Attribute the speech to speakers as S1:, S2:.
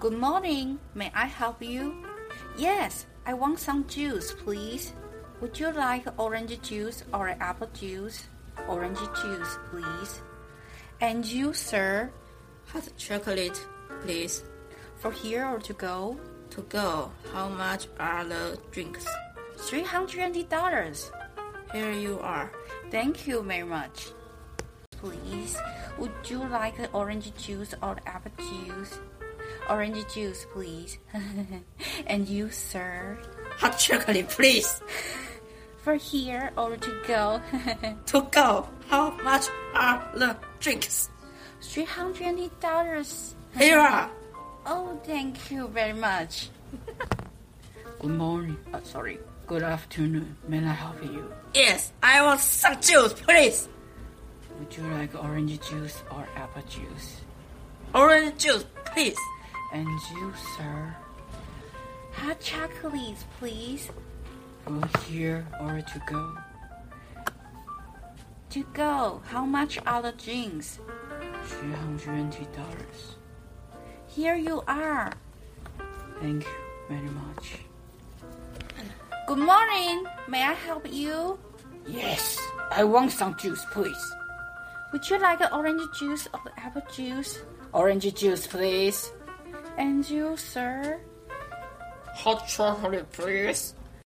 S1: Good morning. May I help you? Yes, I want some juice, please. Would you like orange juice or apple juice? Orange juice, please. And you, sir,
S2: Hot chocolate, please.
S1: for here or to go?
S2: To go, how much are the drinks?
S1: $320.
S2: Here you are.
S1: Thank you very much. Please, would you like orange juice or apple juice? Orange juice, please. and you, sir,
S2: Hot chocolate, please.
S1: for here or to go?
S2: To go, how much are the drinks?
S1: $320.
S2: Here you are.
S1: Oh, thank you very much.
S3: Good morning. Uh, sorry. Good afternoon. May I help you?
S2: Yes, I want some juice, please.
S3: Would you like orange juice or apple juice?
S2: Orange juice, please.
S3: And you, sir,
S1: Hot chocolates, please.
S3: go here or to go?
S1: To go, how much are the drinks?
S3: Three hundred and twenty dollars.
S1: Here you are.
S3: Thank you very much.
S1: Good morning. May I help you?
S3: Yes, I want some juice, please.
S1: Would you like orange juice or apple juice?
S3: Orange juice, please.
S1: And you, sir?
S2: Hot chocolate, please.